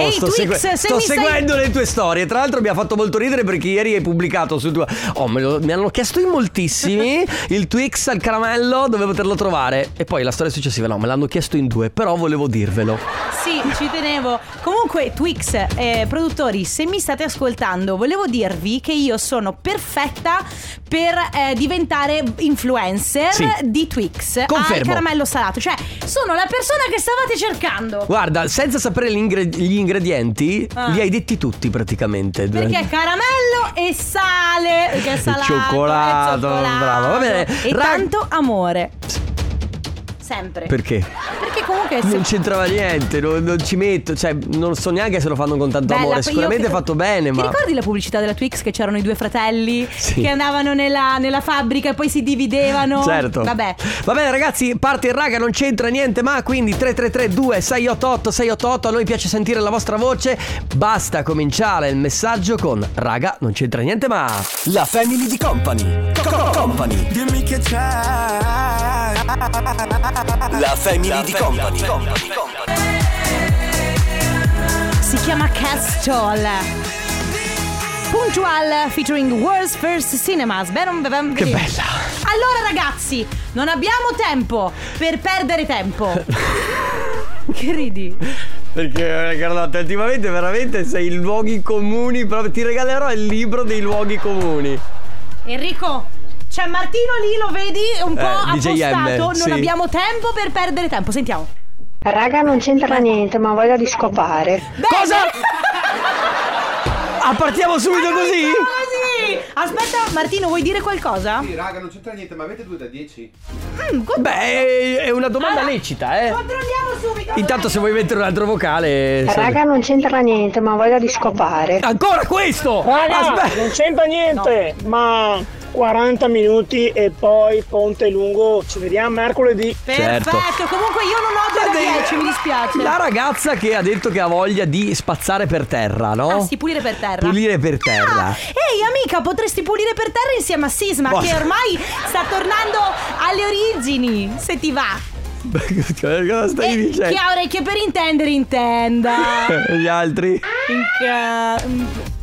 [SPEAKER 1] Ehi,
[SPEAKER 2] sto
[SPEAKER 1] Twix,
[SPEAKER 2] segue-
[SPEAKER 1] se
[SPEAKER 2] sto
[SPEAKER 1] mi stai-
[SPEAKER 2] seguendo le tue storie. Tra l'altro mi ha fatto molto ridere perché ieri hai pubblicato su tua. Oh, me lo- mi hanno chiesto in
[SPEAKER 1] [LAUGHS]
[SPEAKER 2] moltissimi il Twix al caramello, dove poterlo trovare. E poi la storia successiva, no, me l'hanno chiesto in due, però volevo dirvelo.
[SPEAKER 1] Sì, ci tenevo. Comunque, Twix, eh, produttori, se mi state ascoltando, volevo dirvi che io sono perfetta per eh, diventare influencer
[SPEAKER 2] Sì.
[SPEAKER 1] di Twix al
[SPEAKER 2] Confermo.
[SPEAKER 1] caramello salato. Cioè, sono la persona che stavate cercando.
[SPEAKER 2] Guarda, senza sapere gli, ingre- gli ingredienti,
[SPEAKER 1] Ah.
[SPEAKER 2] li hai detti tutti praticamente.
[SPEAKER 1] Perché è caramello e sale, perché è salato,
[SPEAKER 2] cioccolato,
[SPEAKER 1] è cioccolato,
[SPEAKER 2] bravo, va bene.
[SPEAKER 1] E
[SPEAKER 2] Rag-
[SPEAKER 1] tanto amore. Sempre.
[SPEAKER 2] Perché?
[SPEAKER 1] Perché comunque se-
[SPEAKER 2] Non c'entrava niente, non, non ci metto, cioè non so neanche se lo fanno con tanto
[SPEAKER 1] Bella,
[SPEAKER 2] amore.
[SPEAKER 1] io-
[SPEAKER 2] Sicuramente è fatto bene,
[SPEAKER 1] Ti
[SPEAKER 2] ma.
[SPEAKER 1] ricordi la pubblicità della Twix che c'erano i due fratelli
[SPEAKER 2] [LAUGHS] Sì.
[SPEAKER 1] che andavano nella, nella fabbrica e poi si dividevano?
[SPEAKER 2] Certo.
[SPEAKER 1] Vabbè.
[SPEAKER 2] Va bene ragazzi, parte il raga, non c'entra niente, ma quindi 3332 688 688, a noi piace sentire la vostra voce. Basta cominciare il messaggio con raga, non c'entra niente, ma la family di company. company.
[SPEAKER 3] Dimmi che c'è La family di company
[SPEAKER 1] Si chiama Castol. Puntual featuring World's First Cinemas. Che
[SPEAKER 2] bella.
[SPEAKER 1] Allora ragazzi, non abbiamo tempo per perdere tempo.
[SPEAKER 2] [LAUGHS]
[SPEAKER 1] che ridi?
[SPEAKER 2] Perché eh, Carlotta, ultimamente veramente sei in luoghi comuni, proprio ti regalerò il libro dei luoghi comuni.
[SPEAKER 1] Enrico, c'è Martino lì, lo vedi? Un po'
[SPEAKER 2] Eh, DJM,
[SPEAKER 1] appostato. Non
[SPEAKER 2] sì.
[SPEAKER 1] abbiamo tempo per perdere tempo. Sentiamo.
[SPEAKER 13] Raga, non c'entra niente, ma voglia di scopare.
[SPEAKER 2] Cosa? Ah, partiamo subito così?
[SPEAKER 1] Così! Aspetta, Martino, vuoi dire qualcosa?
[SPEAKER 14] Sì, raga, non c'entra niente, ma avete due da 10?
[SPEAKER 2] Beh, è una domanda lecita, eh.
[SPEAKER 1] Controlliamo subito.
[SPEAKER 2] Intanto se vuoi mettere un altro vocale...
[SPEAKER 13] Raga, non c'entra niente, ma voglia di scopare.
[SPEAKER 2] Ancora questo!
[SPEAKER 13] Raga,
[SPEAKER 2] non c'entra niente,
[SPEAKER 13] ma
[SPEAKER 15] 40 minuti e poi Ponte Lungo. Ci vediamo mercoledì.
[SPEAKER 2] Certo.
[SPEAKER 1] Perfetto, comunque io non ho
[SPEAKER 2] Ma
[SPEAKER 1] delle
[SPEAKER 2] dei-
[SPEAKER 1] 10, mi dispiace.
[SPEAKER 2] La ragazza che ha detto che ha voglia di spazzare per terra, no?
[SPEAKER 1] Ah, sì, pulire per terra.
[SPEAKER 2] Oh.
[SPEAKER 1] Ah.
[SPEAKER 2] Pulire per terra.
[SPEAKER 1] Ehi amica, potresti pulire per terra insieme a Sisma
[SPEAKER 2] Boh.
[SPEAKER 1] che ormai sta tornando alle origini, se ti va.
[SPEAKER 2] Cosa stai
[SPEAKER 1] Chi
[SPEAKER 2] dicendo?
[SPEAKER 1] ha orecchie per intendere intenda.
[SPEAKER 2] Gli altri.
[SPEAKER 1] In ca-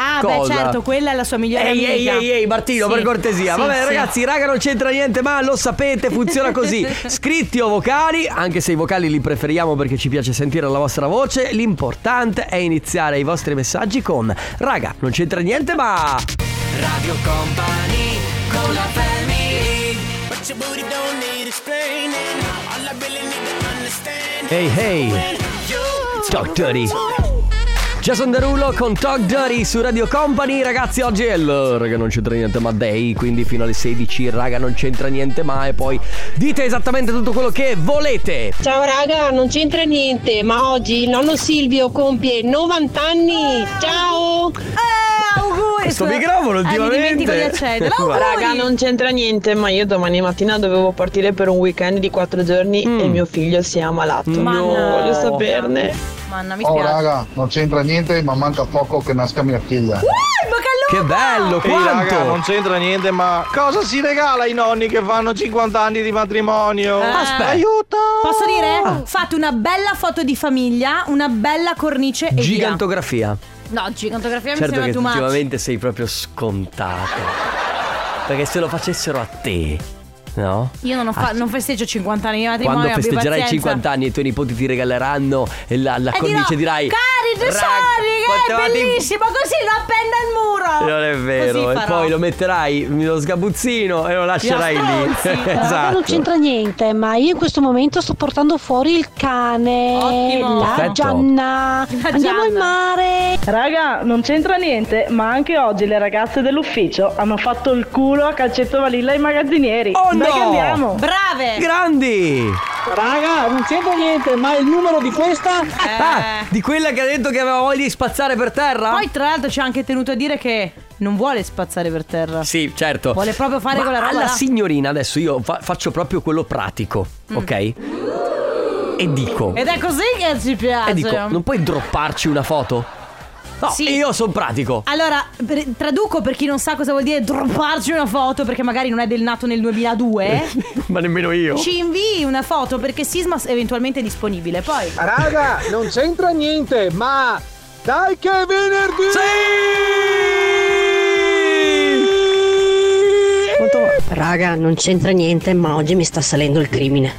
[SPEAKER 1] Ah,
[SPEAKER 2] Cosa?
[SPEAKER 1] beh, certo, quella è la sua migliore
[SPEAKER 2] Ehi, ehi,
[SPEAKER 1] amica.
[SPEAKER 2] ehi, ehi, Martino,
[SPEAKER 1] Sì.
[SPEAKER 2] per cortesia.
[SPEAKER 1] Sì,
[SPEAKER 2] Vabbè,
[SPEAKER 1] sì.
[SPEAKER 2] ragazzi, raga, non c'entra niente, ma lo sapete, funziona
[SPEAKER 1] [LAUGHS]
[SPEAKER 2] così. Scritti o vocali, anche se i vocali li preferiamo perché ci piace sentire la vostra voce, l'importante è iniziare i vostri messaggi con Raga, non c'entra niente, ma.
[SPEAKER 3] Radio Company con la
[SPEAKER 2] Ehi, ehi. Talk Dirty. Jason Derulo con Talk Dirty su Radio Company. Ragazzi, oggi è il Raga, non c'entra niente, ma day. Quindi fino alle 16, raga, non c'entra niente, ma. E poi dite esattamente tutto quello che volete.
[SPEAKER 16] Ciao raga, non c'entra niente, ma oggi il nonno Silvio compie 90 anni. Ciao!
[SPEAKER 1] Eh, auguri! Eh,
[SPEAKER 2] Questo microfono ultimamente. [LAUGHS]
[SPEAKER 17] Raga, non c'entra niente, ma io domani mattina dovevo partire per un weekend di quattro giorni
[SPEAKER 18] Mm.
[SPEAKER 17] e mio figlio si è ammalato.
[SPEAKER 1] Ma
[SPEAKER 17] non
[SPEAKER 1] no.
[SPEAKER 17] voglio saperne.
[SPEAKER 1] Manna, mi
[SPEAKER 19] Oh
[SPEAKER 1] spiace.
[SPEAKER 19] raga, non c'entra niente, ma manca poco che nasca mia figlia.
[SPEAKER 2] Che bello,
[SPEAKER 20] Ehi,
[SPEAKER 2] quanto?
[SPEAKER 20] raga, non c'entra niente, ma cosa si regala ai nonni che fanno 50 anni di matrimonio?
[SPEAKER 1] Aspetta.
[SPEAKER 20] Aiuto!
[SPEAKER 1] Posso dire? Fate una bella foto di famiglia, una bella cornice e via.
[SPEAKER 2] Gigantografia.
[SPEAKER 1] No, gigantografia mi
[SPEAKER 2] Certo che
[SPEAKER 1] sembra too much.
[SPEAKER 2] effettivamente sei proprio scontato. Perché se lo facessero a te, no?
[SPEAKER 1] Io non, ho fa- non festeggio 50 anni di matrimonio.
[SPEAKER 2] Ah, Quando
[SPEAKER 1] abbi
[SPEAKER 2] festeggerai
[SPEAKER 1] pazienza.
[SPEAKER 2] 50 anni e i tuoi nipoti ti regaleranno la, la
[SPEAKER 1] E dirò,
[SPEAKER 2] cornice dirai
[SPEAKER 1] Cari
[SPEAKER 2] "Raga,
[SPEAKER 1] tesori,
[SPEAKER 2] potevate-
[SPEAKER 1] che è bellissimo, così lo appendo al muro.
[SPEAKER 2] Non è vero,
[SPEAKER 1] Ah, Così
[SPEAKER 2] e
[SPEAKER 1] farò.
[SPEAKER 2] poi lo metterai nello sgabuzzino e lo lascerai lì. [LAUGHS] Esatto.
[SPEAKER 16] Raga, non c'entra niente, ma io in questo momento sto portando fuori il cane.
[SPEAKER 18] Ottimo.
[SPEAKER 16] La
[SPEAKER 18] Perfetto.
[SPEAKER 16] Gianna. Andiamo al mare.
[SPEAKER 18] Raga, non c'entra niente, ma anche oggi le ragazze dell'ufficio hanno fatto il culo a calcetto valilla ai magazzinieri.
[SPEAKER 2] Oh
[SPEAKER 18] Dai
[SPEAKER 2] no!
[SPEAKER 18] che andiamo!
[SPEAKER 1] Brave!
[SPEAKER 2] Grandi!
[SPEAKER 5] Raga, non c'entra niente, ma il numero di questa
[SPEAKER 2] Ah, di quella che ha detto che aveva voglia di spazzare per terra?
[SPEAKER 1] Poi tra l'altro ci ha anche tenuto a dire che non vuole spazzare per terra.
[SPEAKER 2] Sì, certo.
[SPEAKER 1] Vuole proprio fare
[SPEAKER 2] Ma
[SPEAKER 1] quella roba
[SPEAKER 2] Alla
[SPEAKER 1] là.
[SPEAKER 2] signorina adesso io fa- faccio proprio quello pratico,
[SPEAKER 1] Mm.
[SPEAKER 2] ok? E dico.
[SPEAKER 1] Ed è così che ci piace.
[SPEAKER 2] E Eh, dico, non puoi dropparci una foto? No,
[SPEAKER 1] Sì.
[SPEAKER 2] io sono pratico.
[SPEAKER 1] Allora, per- traduco per chi non sa cosa vuol dire dropparci una foto, perché magari non è del nato nel
[SPEAKER 2] Eh,
[SPEAKER 1] 2002.
[SPEAKER 2] Ma nemmeno io.
[SPEAKER 1] Ah. Ci invii una foto perché Sisma eventualmente è disponibile. Poi.
[SPEAKER 10] Raga, non c'entra niente, ma dai che è venerdì!
[SPEAKER 13] Raga, non c'entra niente, ma oggi mi sta salendo il crimine.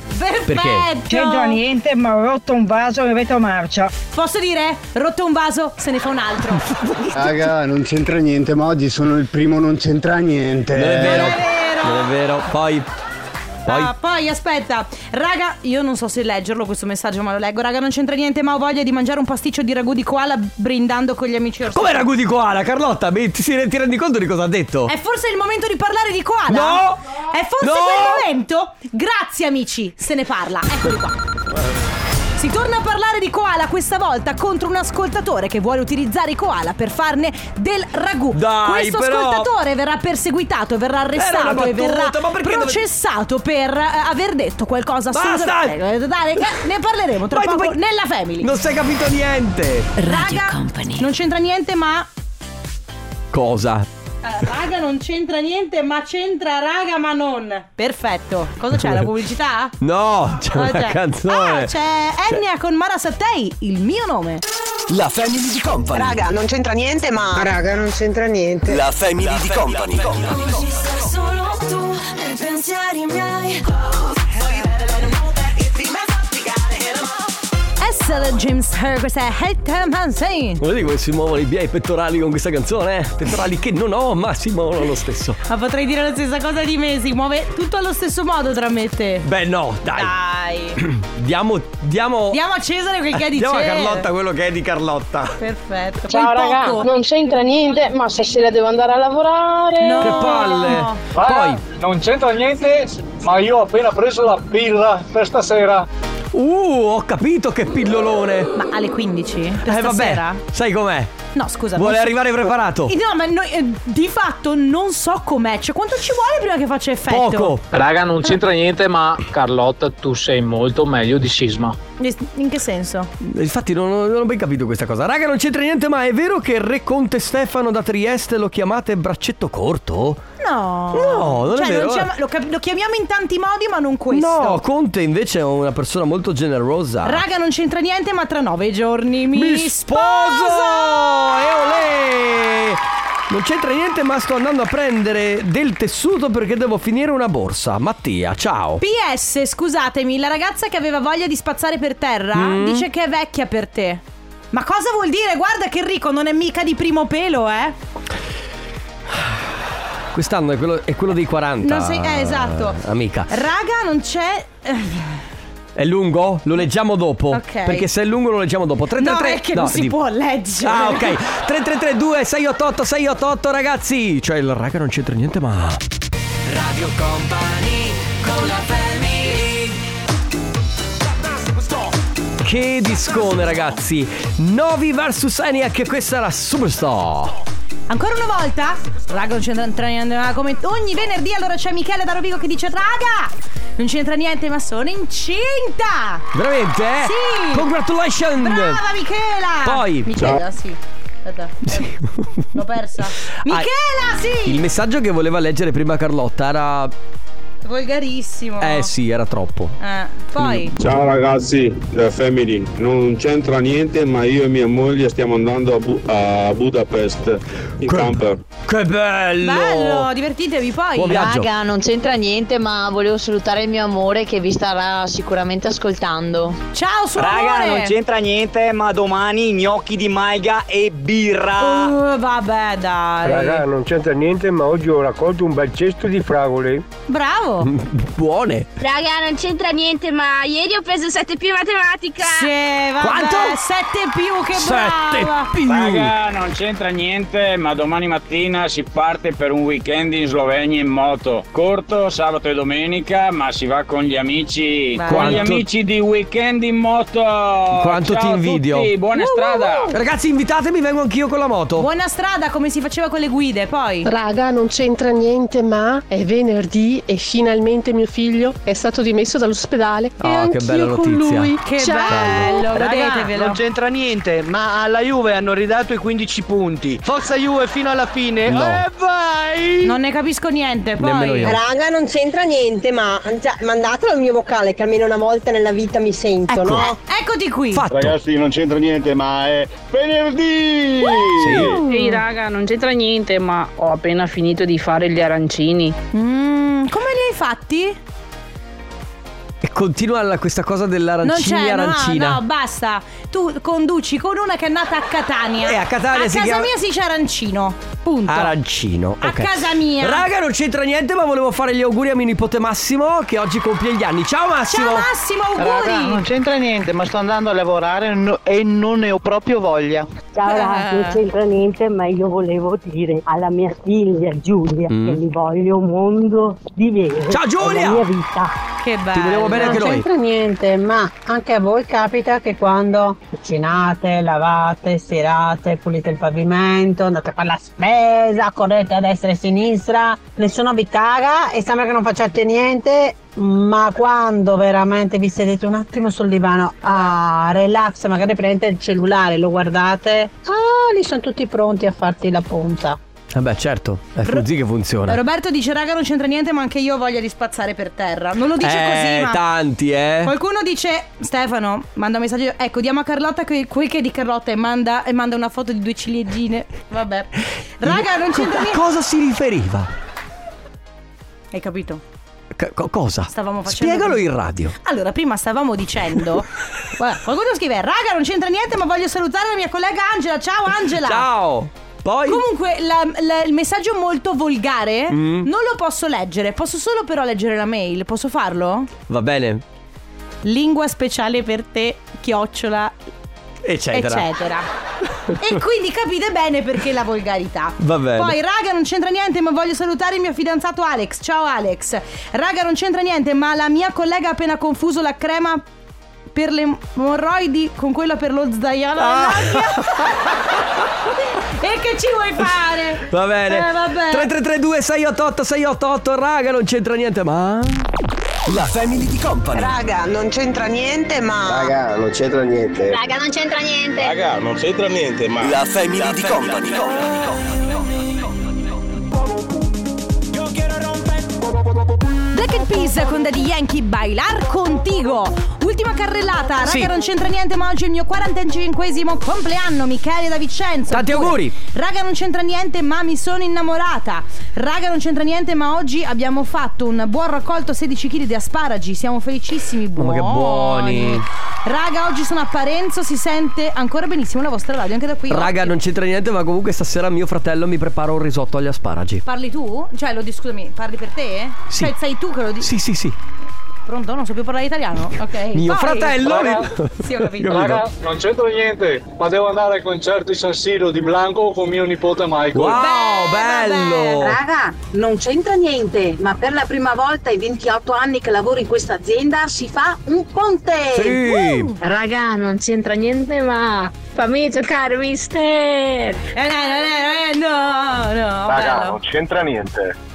[SPEAKER 2] Perché?
[SPEAKER 1] C'entra
[SPEAKER 18] niente, ma ho rotto un vaso e veto marcia.
[SPEAKER 1] Posso dire? Rotto un vaso, se ne fa un altro.
[SPEAKER 2] [LAUGHS]
[SPEAKER 21] Raga, non c'entra niente, ma oggi sono il primo non c'entra niente.
[SPEAKER 2] Non
[SPEAKER 1] Eh.
[SPEAKER 2] è vero. Non è vero. Poi. Poi.
[SPEAKER 1] Ah, poi aspetta, raga, io non so se leggerlo questo messaggio, ma lo leggo. Raga, non c'entra niente, ma ho voglia di mangiare un pasticcio di ragù di koala brindando con gli amici orsi.
[SPEAKER 2] Come ragù di koala, Carlotta? Mi- ti, ti rendi conto di cosa ha detto?
[SPEAKER 1] È forse il momento di parlare di koala?
[SPEAKER 2] No!
[SPEAKER 1] È forse
[SPEAKER 2] No!
[SPEAKER 1] quel momento? Grazie amici, se ne parla. Eccoli qua. Si torna a parlare di koala questa volta contro un ascoltatore che vuole utilizzare i koala per farne del ragù.
[SPEAKER 2] Dai,
[SPEAKER 1] Questo
[SPEAKER 2] però!
[SPEAKER 1] ascoltatore verrà perseguitato, verrà
[SPEAKER 2] Era
[SPEAKER 1] arrestato
[SPEAKER 2] una
[SPEAKER 1] e verrà
[SPEAKER 2] battuta, ma perché dove-
[SPEAKER 1] processato per eh, aver detto qualcosa
[SPEAKER 2] Basta!
[SPEAKER 1] assolutamente. Dai, che ne parleremo tra
[SPEAKER 2] Vai, tu
[SPEAKER 1] poco
[SPEAKER 2] vai-
[SPEAKER 1] nella family.
[SPEAKER 2] Non si è capito niente.
[SPEAKER 1] Raga, non c'entra niente, ma
[SPEAKER 2] Cosa?
[SPEAKER 1] eh, raga non c'entra niente, ma c'entra raga ma non. Perfetto. Cosa c'è? La pubblicità?
[SPEAKER 2] No, c'è
[SPEAKER 1] [LAUGHS] Cosa
[SPEAKER 2] una
[SPEAKER 1] c'è? Ah,
[SPEAKER 2] canzone.
[SPEAKER 1] c'è Ennea con Mara Sattei, il mio nome.
[SPEAKER 2] La family di company.
[SPEAKER 5] Raga, non c'entra niente, ma Raga, non c'entra niente.
[SPEAKER 2] La family di company.
[SPEAKER 22] Solo tu nei pensieri miei.
[SPEAKER 1] Essere James Her, questa è Hate Mansane.
[SPEAKER 2] Vedi come si muovono i miei pettorali con questa canzone? eh? Pettorali che non ho, ma si muovono lo stesso.
[SPEAKER 1] Ma potrei dire la stessa cosa di me, si muove tutto allo stesso modo tra me e te.
[SPEAKER 2] Beh, no, dai.
[SPEAKER 1] Dai.
[SPEAKER 2] Diamo. Diamo.
[SPEAKER 1] Ah. Diamo a Cesare quel che è di
[SPEAKER 2] Diamo a
[SPEAKER 1] Cesare.
[SPEAKER 2] Carlotta quello che è di Carlotta.
[SPEAKER 1] Perfetto.
[SPEAKER 16] Ciao
[SPEAKER 1] Poi
[SPEAKER 16] raga,
[SPEAKER 1] poco.
[SPEAKER 16] non c'entra niente, ma stasera devo andare a lavorare.
[SPEAKER 1] No.
[SPEAKER 2] Che palle. Poi.
[SPEAKER 10] Non c'entra niente, ma io ho appena preso la pilla per stasera.
[SPEAKER 2] Uh, ho capito che pillolone.
[SPEAKER 1] Ma alle 15? Per
[SPEAKER 2] eh vabbè,
[SPEAKER 1] stasera?
[SPEAKER 2] sai com'è?
[SPEAKER 1] No, scusa.
[SPEAKER 2] Vuole
[SPEAKER 1] non so-
[SPEAKER 2] arrivare preparato.
[SPEAKER 1] Eh, No, ma noi, eh, di fatto non so com'è. Cioè, quanto ci vuole prima che faccia effetto?
[SPEAKER 23] Raga, non c'entra niente, ma Carlotta, tu sei molto meglio di Sisma.
[SPEAKER 1] Eh, In che senso?
[SPEAKER 2] Infatti non, ho- non ho ben capito questa cosa. Raga, non c'entra niente, ma è vero che il Re Conte Stefano da Trieste lo chiamate braccetto corto?
[SPEAKER 1] No.
[SPEAKER 2] No, non è
[SPEAKER 1] cioè,
[SPEAKER 2] vero, eh.
[SPEAKER 1] chiama- lo, cap- lo chiamiamo in tanti modi, ma non questo.
[SPEAKER 2] No, Conte invece è una persona molto generosa.
[SPEAKER 1] Raga, non c'entra niente, ma tra nove giorni mi,
[SPEAKER 2] Mi sposo! E olè! Non c'entra niente, ma sto andando a prendere del tessuto perché devo finire una borsa. Mattia, ciao.
[SPEAKER 1] PS, scusatemi, la ragazza che aveva voglia di spazzare per terra
[SPEAKER 2] Mm.
[SPEAKER 1] dice che è vecchia per te. Ma cosa vuol dire? Guarda che Enrico non è mica di primo pelo, eh?
[SPEAKER 2] Quest'anno è quello, è quello dei 40.
[SPEAKER 1] Non sei- eh, esatto.
[SPEAKER 2] eh, Amica.
[SPEAKER 1] Raga, non c'è. eh,
[SPEAKER 2] È lungo? Lo leggiamo dopo.
[SPEAKER 1] Ok.
[SPEAKER 2] Perché se è lungo lo leggiamo dopo. 333
[SPEAKER 1] No, è che non si può leggere.
[SPEAKER 2] Ah, ok. 3332 688 688 ragazzi. Cioè, il raga non c'entra niente, ma
[SPEAKER 3] Radio Company con la family
[SPEAKER 2] che discone, ragazzi. Novi vs Eniac, questa è la Superstar.
[SPEAKER 1] Ancora una volta? Raga, non c'entra niente. ma Come ogni venerdì, allora c'è Michele da Rovigo che dice: Raga, non c'entra niente, ma sono incinta.
[SPEAKER 2] Veramente? eh?
[SPEAKER 1] Sì.
[SPEAKER 2] Congratulations.
[SPEAKER 1] Brava, Michela.
[SPEAKER 2] Poi.
[SPEAKER 1] Michela, sì. Aspetta. L'ho
[SPEAKER 2] [LAUGHS]
[SPEAKER 1] persa.
[SPEAKER 2] Ah.
[SPEAKER 1] Michela, sì. Oh.
[SPEAKER 2] Il messaggio che voleva leggere prima Carlotta era
[SPEAKER 1] Volgarissimo.
[SPEAKER 2] Eh sì, era troppo.
[SPEAKER 1] Eh, poi.
[SPEAKER 4] Ciao ragazzi della Family, non c'entra niente ma io e mia moglie stiamo andando a, Bu- a Budapest in camper.
[SPEAKER 2] Che bello!
[SPEAKER 1] Bello, divertitevi poi.
[SPEAKER 2] Buon viaggio.
[SPEAKER 24] Raga, non c'entra niente, ma volevo salutare il mio amore che vi starà sicuramente ascoltando.
[SPEAKER 1] Ciao, suo
[SPEAKER 24] Raga,
[SPEAKER 1] amore.
[SPEAKER 24] non
[SPEAKER 25] c'entra niente, ma domani gnocchi di maiga e birra.
[SPEAKER 1] Uh, vabbè, dai.
[SPEAKER 25] Raga, non c'entra niente, ma oggi ho raccolto un bel cesto di fragole.
[SPEAKER 1] Bravo.
[SPEAKER 2] Buone.
[SPEAKER 26] Raga, non c'entra niente, ma ieri ho preso 7 più in matematica.
[SPEAKER 1] Sì, vabbè,
[SPEAKER 26] Quanto?
[SPEAKER 1] 7 più, che brava.
[SPEAKER 10] Mm.
[SPEAKER 27] Raga, non c'entra niente, ma domani mattina si parte per un weekend in Slovenia in moto. Corto, sabato e domenica, ma si va con gli amici.
[SPEAKER 2] Beh.
[SPEAKER 27] Con gli
[SPEAKER 2] Quanto-
[SPEAKER 27] amici di weekend in moto.
[SPEAKER 2] Quanto
[SPEAKER 27] Ciao
[SPEAKER 2] ti
[SPEAKER 27] a
[SPEAKER 2] invidio.
[SPEAKER 27] tutti, buona
[SPEAKER 2] Uh,
[SPEAKER 27] strada.
[SPEAKER 2] uh, uh. Ragazzi, invitatemi, vengo anch'io con la moto.
[SPEAKER 1] Buona strada, come si faceva con le guide, poi.
[SPEAKER 28] Raga, non c'entra niente, ma è venerdì e finalmente mio figlio è stato dimesso dall'ospedale. e
[SPEAKER 2] Ah, che
[SPEAKER 28] anch'io
[SPEAKER 2] bella
[SPEAKER 28] con
[SPEAKER 2] notizia.
[SPEAKER 28] lui.
[SPEAKER 1] Che
[SPEAKER 28] Ciao.
[SPEAKER 1] bello,
[SPEAKER 8] Raga,
[SPEAKER 1] godetevelo.
[SPEAKER 8] non c'entra niente, ma alla Juve hanno ridato i 15 punti. Forza Juve fino alla fine.
[SPEAKER 2] No.
[SPEAKER 8] Eh, vai!
[SPEAKER 1] Non ne capisco niente, poi.
[SPEAKER 2] Nemmeno io.
[SPEAKER 7] Raga, non c'entra niente, ma già, mandatelo il mio vocale che almeno una volta nella vita mi sento, no?
[SPEAKER 2] Ecco.
[SPEAKER 1] Eccoti qui.
[SPEAKER 4] Ragazzi non c'entra niente ma è venerdì!
[SPEAKER 8] Ehi raga, non c'entra niente, ma ho appena finito di fare gli arancini.
[SPEAKER 1] Mm, come li hai fatti?
[SPEAKER 2] E continua la- questa cosa
[SPEAKER 1] Non
[SPEAKER 2] dell'arancina
[SPEAKER 1] c'è,
[SPEAKER 2] arancina.
[SPEAKER 1] no, no, basta. Tu conduci con una che è nata a Catania.
[SPEAKER 2] Eh, a Catania
[SPEAKER 1] A
[SPEAKER 2] si
[SPEAKER 1] casa
[SPEAKER 2] chiama-
[SPEAKER 1] mia si c'è Arancino. Punto.
[SPEAKER 2] Arancino.
[SPEAKER 1] A
[SPEAKER 2] ok.
[SPEAKER 1] casa mia.
[SPEAKER 2] Raga, non c'entra niente, ma volevo fare gli auguri a mio nipote Massimo, che oggi compie gli anni. Ciao Massimo!
[SPEAKER 1] Ciao Massimo,
[SPEAKER 8] Raga, non
[SPEAKER 1] auguri.
[SPEAKER 8] c'entra niente, ma sto andando a lavorare no- e non ne ho proprio voglia.
[SPEAKER 1] Eh,
[SPEAKER 7] Ciao raga, non c'entra niente, ma io volevo dire alla mia figlia Giulia
[SPEAKER 8] Mm.
[SPEAKER 7] che li voglio un mondo di vero.
[SPEAKER 2] Ciao, Giulia!
[SPEAKER 7] È La mia vita.
[SPEAKER 1] Che bello.
[SPEAKER 2] Ti vogliamo bene anche
[SPEAKER 7] non
[SPEAKER 2] noi.
[SPEAKER 7] c'entra niente, ma anche a voi capita che quando cucinate, lavate, stirate, pulite il pavimento, andate a fare la spesa, correte a destra e a sinistra, nessuno vi caga e sembra che non facciate niente. Ma quando veramente vi sedete un attimo sul divano a relax, magari prendete il cellulare, lo guardate, ah, lì sono tutti pronti a farti la punta.
[SPEAKER 2] Vabbè, certo, è così che funziona.
[SPEAKER 1] Roberto dice, raga, non c'entra niente, ma anche io ho voglia di spazzare per terra. Non lo dice
[SPEAKER 2] eh,
[SPEAKER 1] così, ma...
[SPEAKER 2] tanti, eh.
[SPEAKER 1] Qualcuno dice Stefano manda un messaggio Ecco diamo a Carlotta que- quel che è di Carlotta e manda, e manda una foto di due ciliegine Vabbè Raga non
[SPEAKER 2] Co-
[SPEAKER 1] c'entra
[SPEAKER 2] a
[SPEAKER 1] niente
[SPEAKER 2] cosa si riferiva?
[SPEAKER 1] Hai capito?
[SPEAKER 2] C- co- cosa?
[SPEAKER 1] Stavamo facendo
[SPEAKER 2] Spiegalo
[SPEAKER 1] così.
[SPEAKER 2] in radio.
[SPEAKER 1] Allora, prima stavamo dicendo. Guarda, qualcuno scrive: Raga, non c'entra niente, ma voglio salutare la mia collega Angela. Ciao Angela!
[SPEAKER 2] Ciao. Poi
[SPEAKER 1] Comunque, la- la- il messaggio molto volgare
[SPEAKER 2] Mm.
[SPEAKER 1] non lo posso leggere. Posso solo però leggere la mail. Posso farlo?
[SPEAKER 2] va bene.
[SPEAKER 1] Lingua speciale per te, chiocciola,
[SPEAKER 2] Eccetera.
[SPEAKER 1] eccetera.
[SPEAKER 2] [LAUGHS]
[SPEAKER 1] e quindi capite bene perché la volgarità.
[SPEAKER 2] Va bene.
[SPEAKER 1] Poi, raga, non c'entra niente, ma voglio salutare il mio fidanzato Alex. Ciao Alex. Raga, non c'entra niente, ma la mia collega ha appena confuso la crema per le morroidi con quella per lo
[SPEAKER 2] Ah.
[SPEAKER 1] sdaiano alla
[SPEAKER 2] [LAUGHS]
[SPEAKER 1] nausea. [LAUGHS] E che ci vuoi fare?
[SPEAKER 2] Va bene.
[SPEAKER 1] Eh, vabbè.
[SPEAKER 2] 3332 688 688 raga, non c'entra niente, ma la family di company.
[SPEAKER 6] Raga, non c'entra niente, ma.
[SPEAKER 29] Raga, non c'entra niente.
[SPEAKER 6] Raga, non c'entra niente.
[SPEAKER 29] Raga, non c'entra niente, ma la family di company.
[SPEAKER 1] Black and Peas con Daddy Yankee Bailar Contigo Ultima carrellata Raga
[SPEAKER 2] Sì.
[SPEAKER 1] non c'entra niente ma oggi è il mio 45esimo compleanno Michele da Vicenza
[SPEAKER 2] Tanti
[SPEAKER 1] Oppure,
[SPEAKER 2] auguri.
[SPEAKER 1] Raga non c'entra niente ma mi sono innamorata Raga non c'entra niente ma oggi abbiamo fatto un buon raccolto 16 kg di asparagi Siamo felicissimi
[SPEAKER 2] Ma
[SPEAKER 1] buoni
[SPEAKER 2] che buoni.
[SPEAKER 1] Raga oggi sono a Parenzo Si sente ancora benissimo la vostra radio anche da qui
[SPEAKER 2] Raga, non c'entra niente, ma comunque stasera mio fratello mi prepara un risotto agli asparagi.
[SPEAKER 1] Parli tu? Cioè lo dici scusami parli per te?
[SPEAKER 2] Sì.
[SPEAKER 1] Cioè, sei tu che lo dici?
[SPEAKER 2] Sì, sì, sì.
[SPEAKER 1] Pronto? Non so più parlare italiano?
[SPEAKER 2] [LAUGHS]
[SPEAKER 1] Ok.
[SPEAKER 2] Mio
[SPEAKER 1] Poi-
[SPEAKER 2] fratello
[SPEAKER 1] Sì, ho capito.
[SPEAKER 10] Raga, non c'entra niente, ma devo andare al concerto di San Siro di Blanco con mio nipote Michael.
[SPEAKER 2] bello!
[SPEAKER 19] Raga, non c'entra niente, ma per la prima volta ai 28 anni che lavoro in questa azienda si fa un ponte.
[SPEAKER 2] Sì. Uh.
[SPEAKER 19] Raga, non c'entra niente, ma fammi giocare, mister.
[SPEAKER 1] Eh, No, no, bello.
[SPEAKER 17] c'entra niente.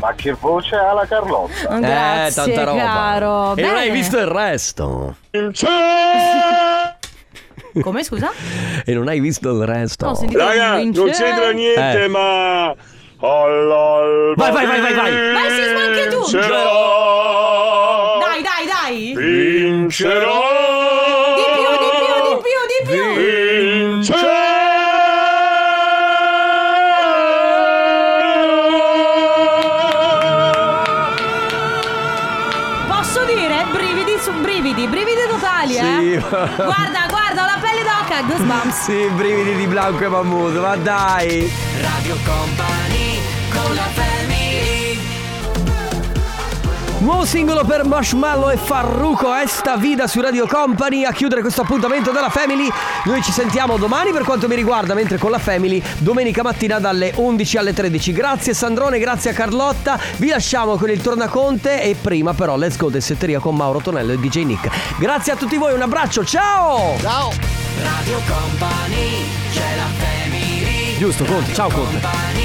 [SPEAKER 17] Ma che voce ha la Carlotta?
[SPEAKER 1] Grazie,
[SPEAKER 2] eh, tanta roba.
[SPEAKER 1] caro.
[SPEAKER 2] E non hai
[SPEAKER 1] Bene.
[SPEAKER 2] visto il resto.
[SPEAKER 1] Come scusa?
[SPEAKER 2] E non hai visto il resto.
[SPEAKER 1] No, ho sentito Raga, non vincere. c'entra niente,
[SPEAKER 17] ma. Oh,
[SPEAKER 2] Eh. vai, vai, vai, vai, vai.
[SPEAKER 1] Vai Sisma anche tu. Dai, dai, dai. Di
[SPEAKER 17] Vincerò!
[SPEAKER 1] più, di più, di più, di più. Posso dire? Brividi su brividi, brividi totali, eh.
[SPEAKER 2] Sì.
[SPEAKER 1] Guarda, guarda, ho la pelle d'oca, goosebumps.
[SPEAKER 2] Sì, brividi di Blanco e Mammuto, ma dai!
[SPEAKER 3] Radio Company con la family
[SPEAKER 2] Nuovo singolo per Marshmallow e Farruko, Esta Vida su Radio Company, a chiudere questo appuntamento della Family. Noi ci sentiamo domani per quanto mi riguarda, mentre con la Family, domenica mattina dalle 11 alle 13. Grazie Sandrone, grazie a Carlotta, vi lasciamo con il tornaconte e prima però let's go Setteria con Mauro Tonello e DJ Nick. Grazie a tutti voi, un abbraccio, ciao!
[SPEAKER 3] Ciao Radio Company c'è la family
[SPEAKER 2] Giusto, Conte, ciao Conte.
[SPEAKER 3] Company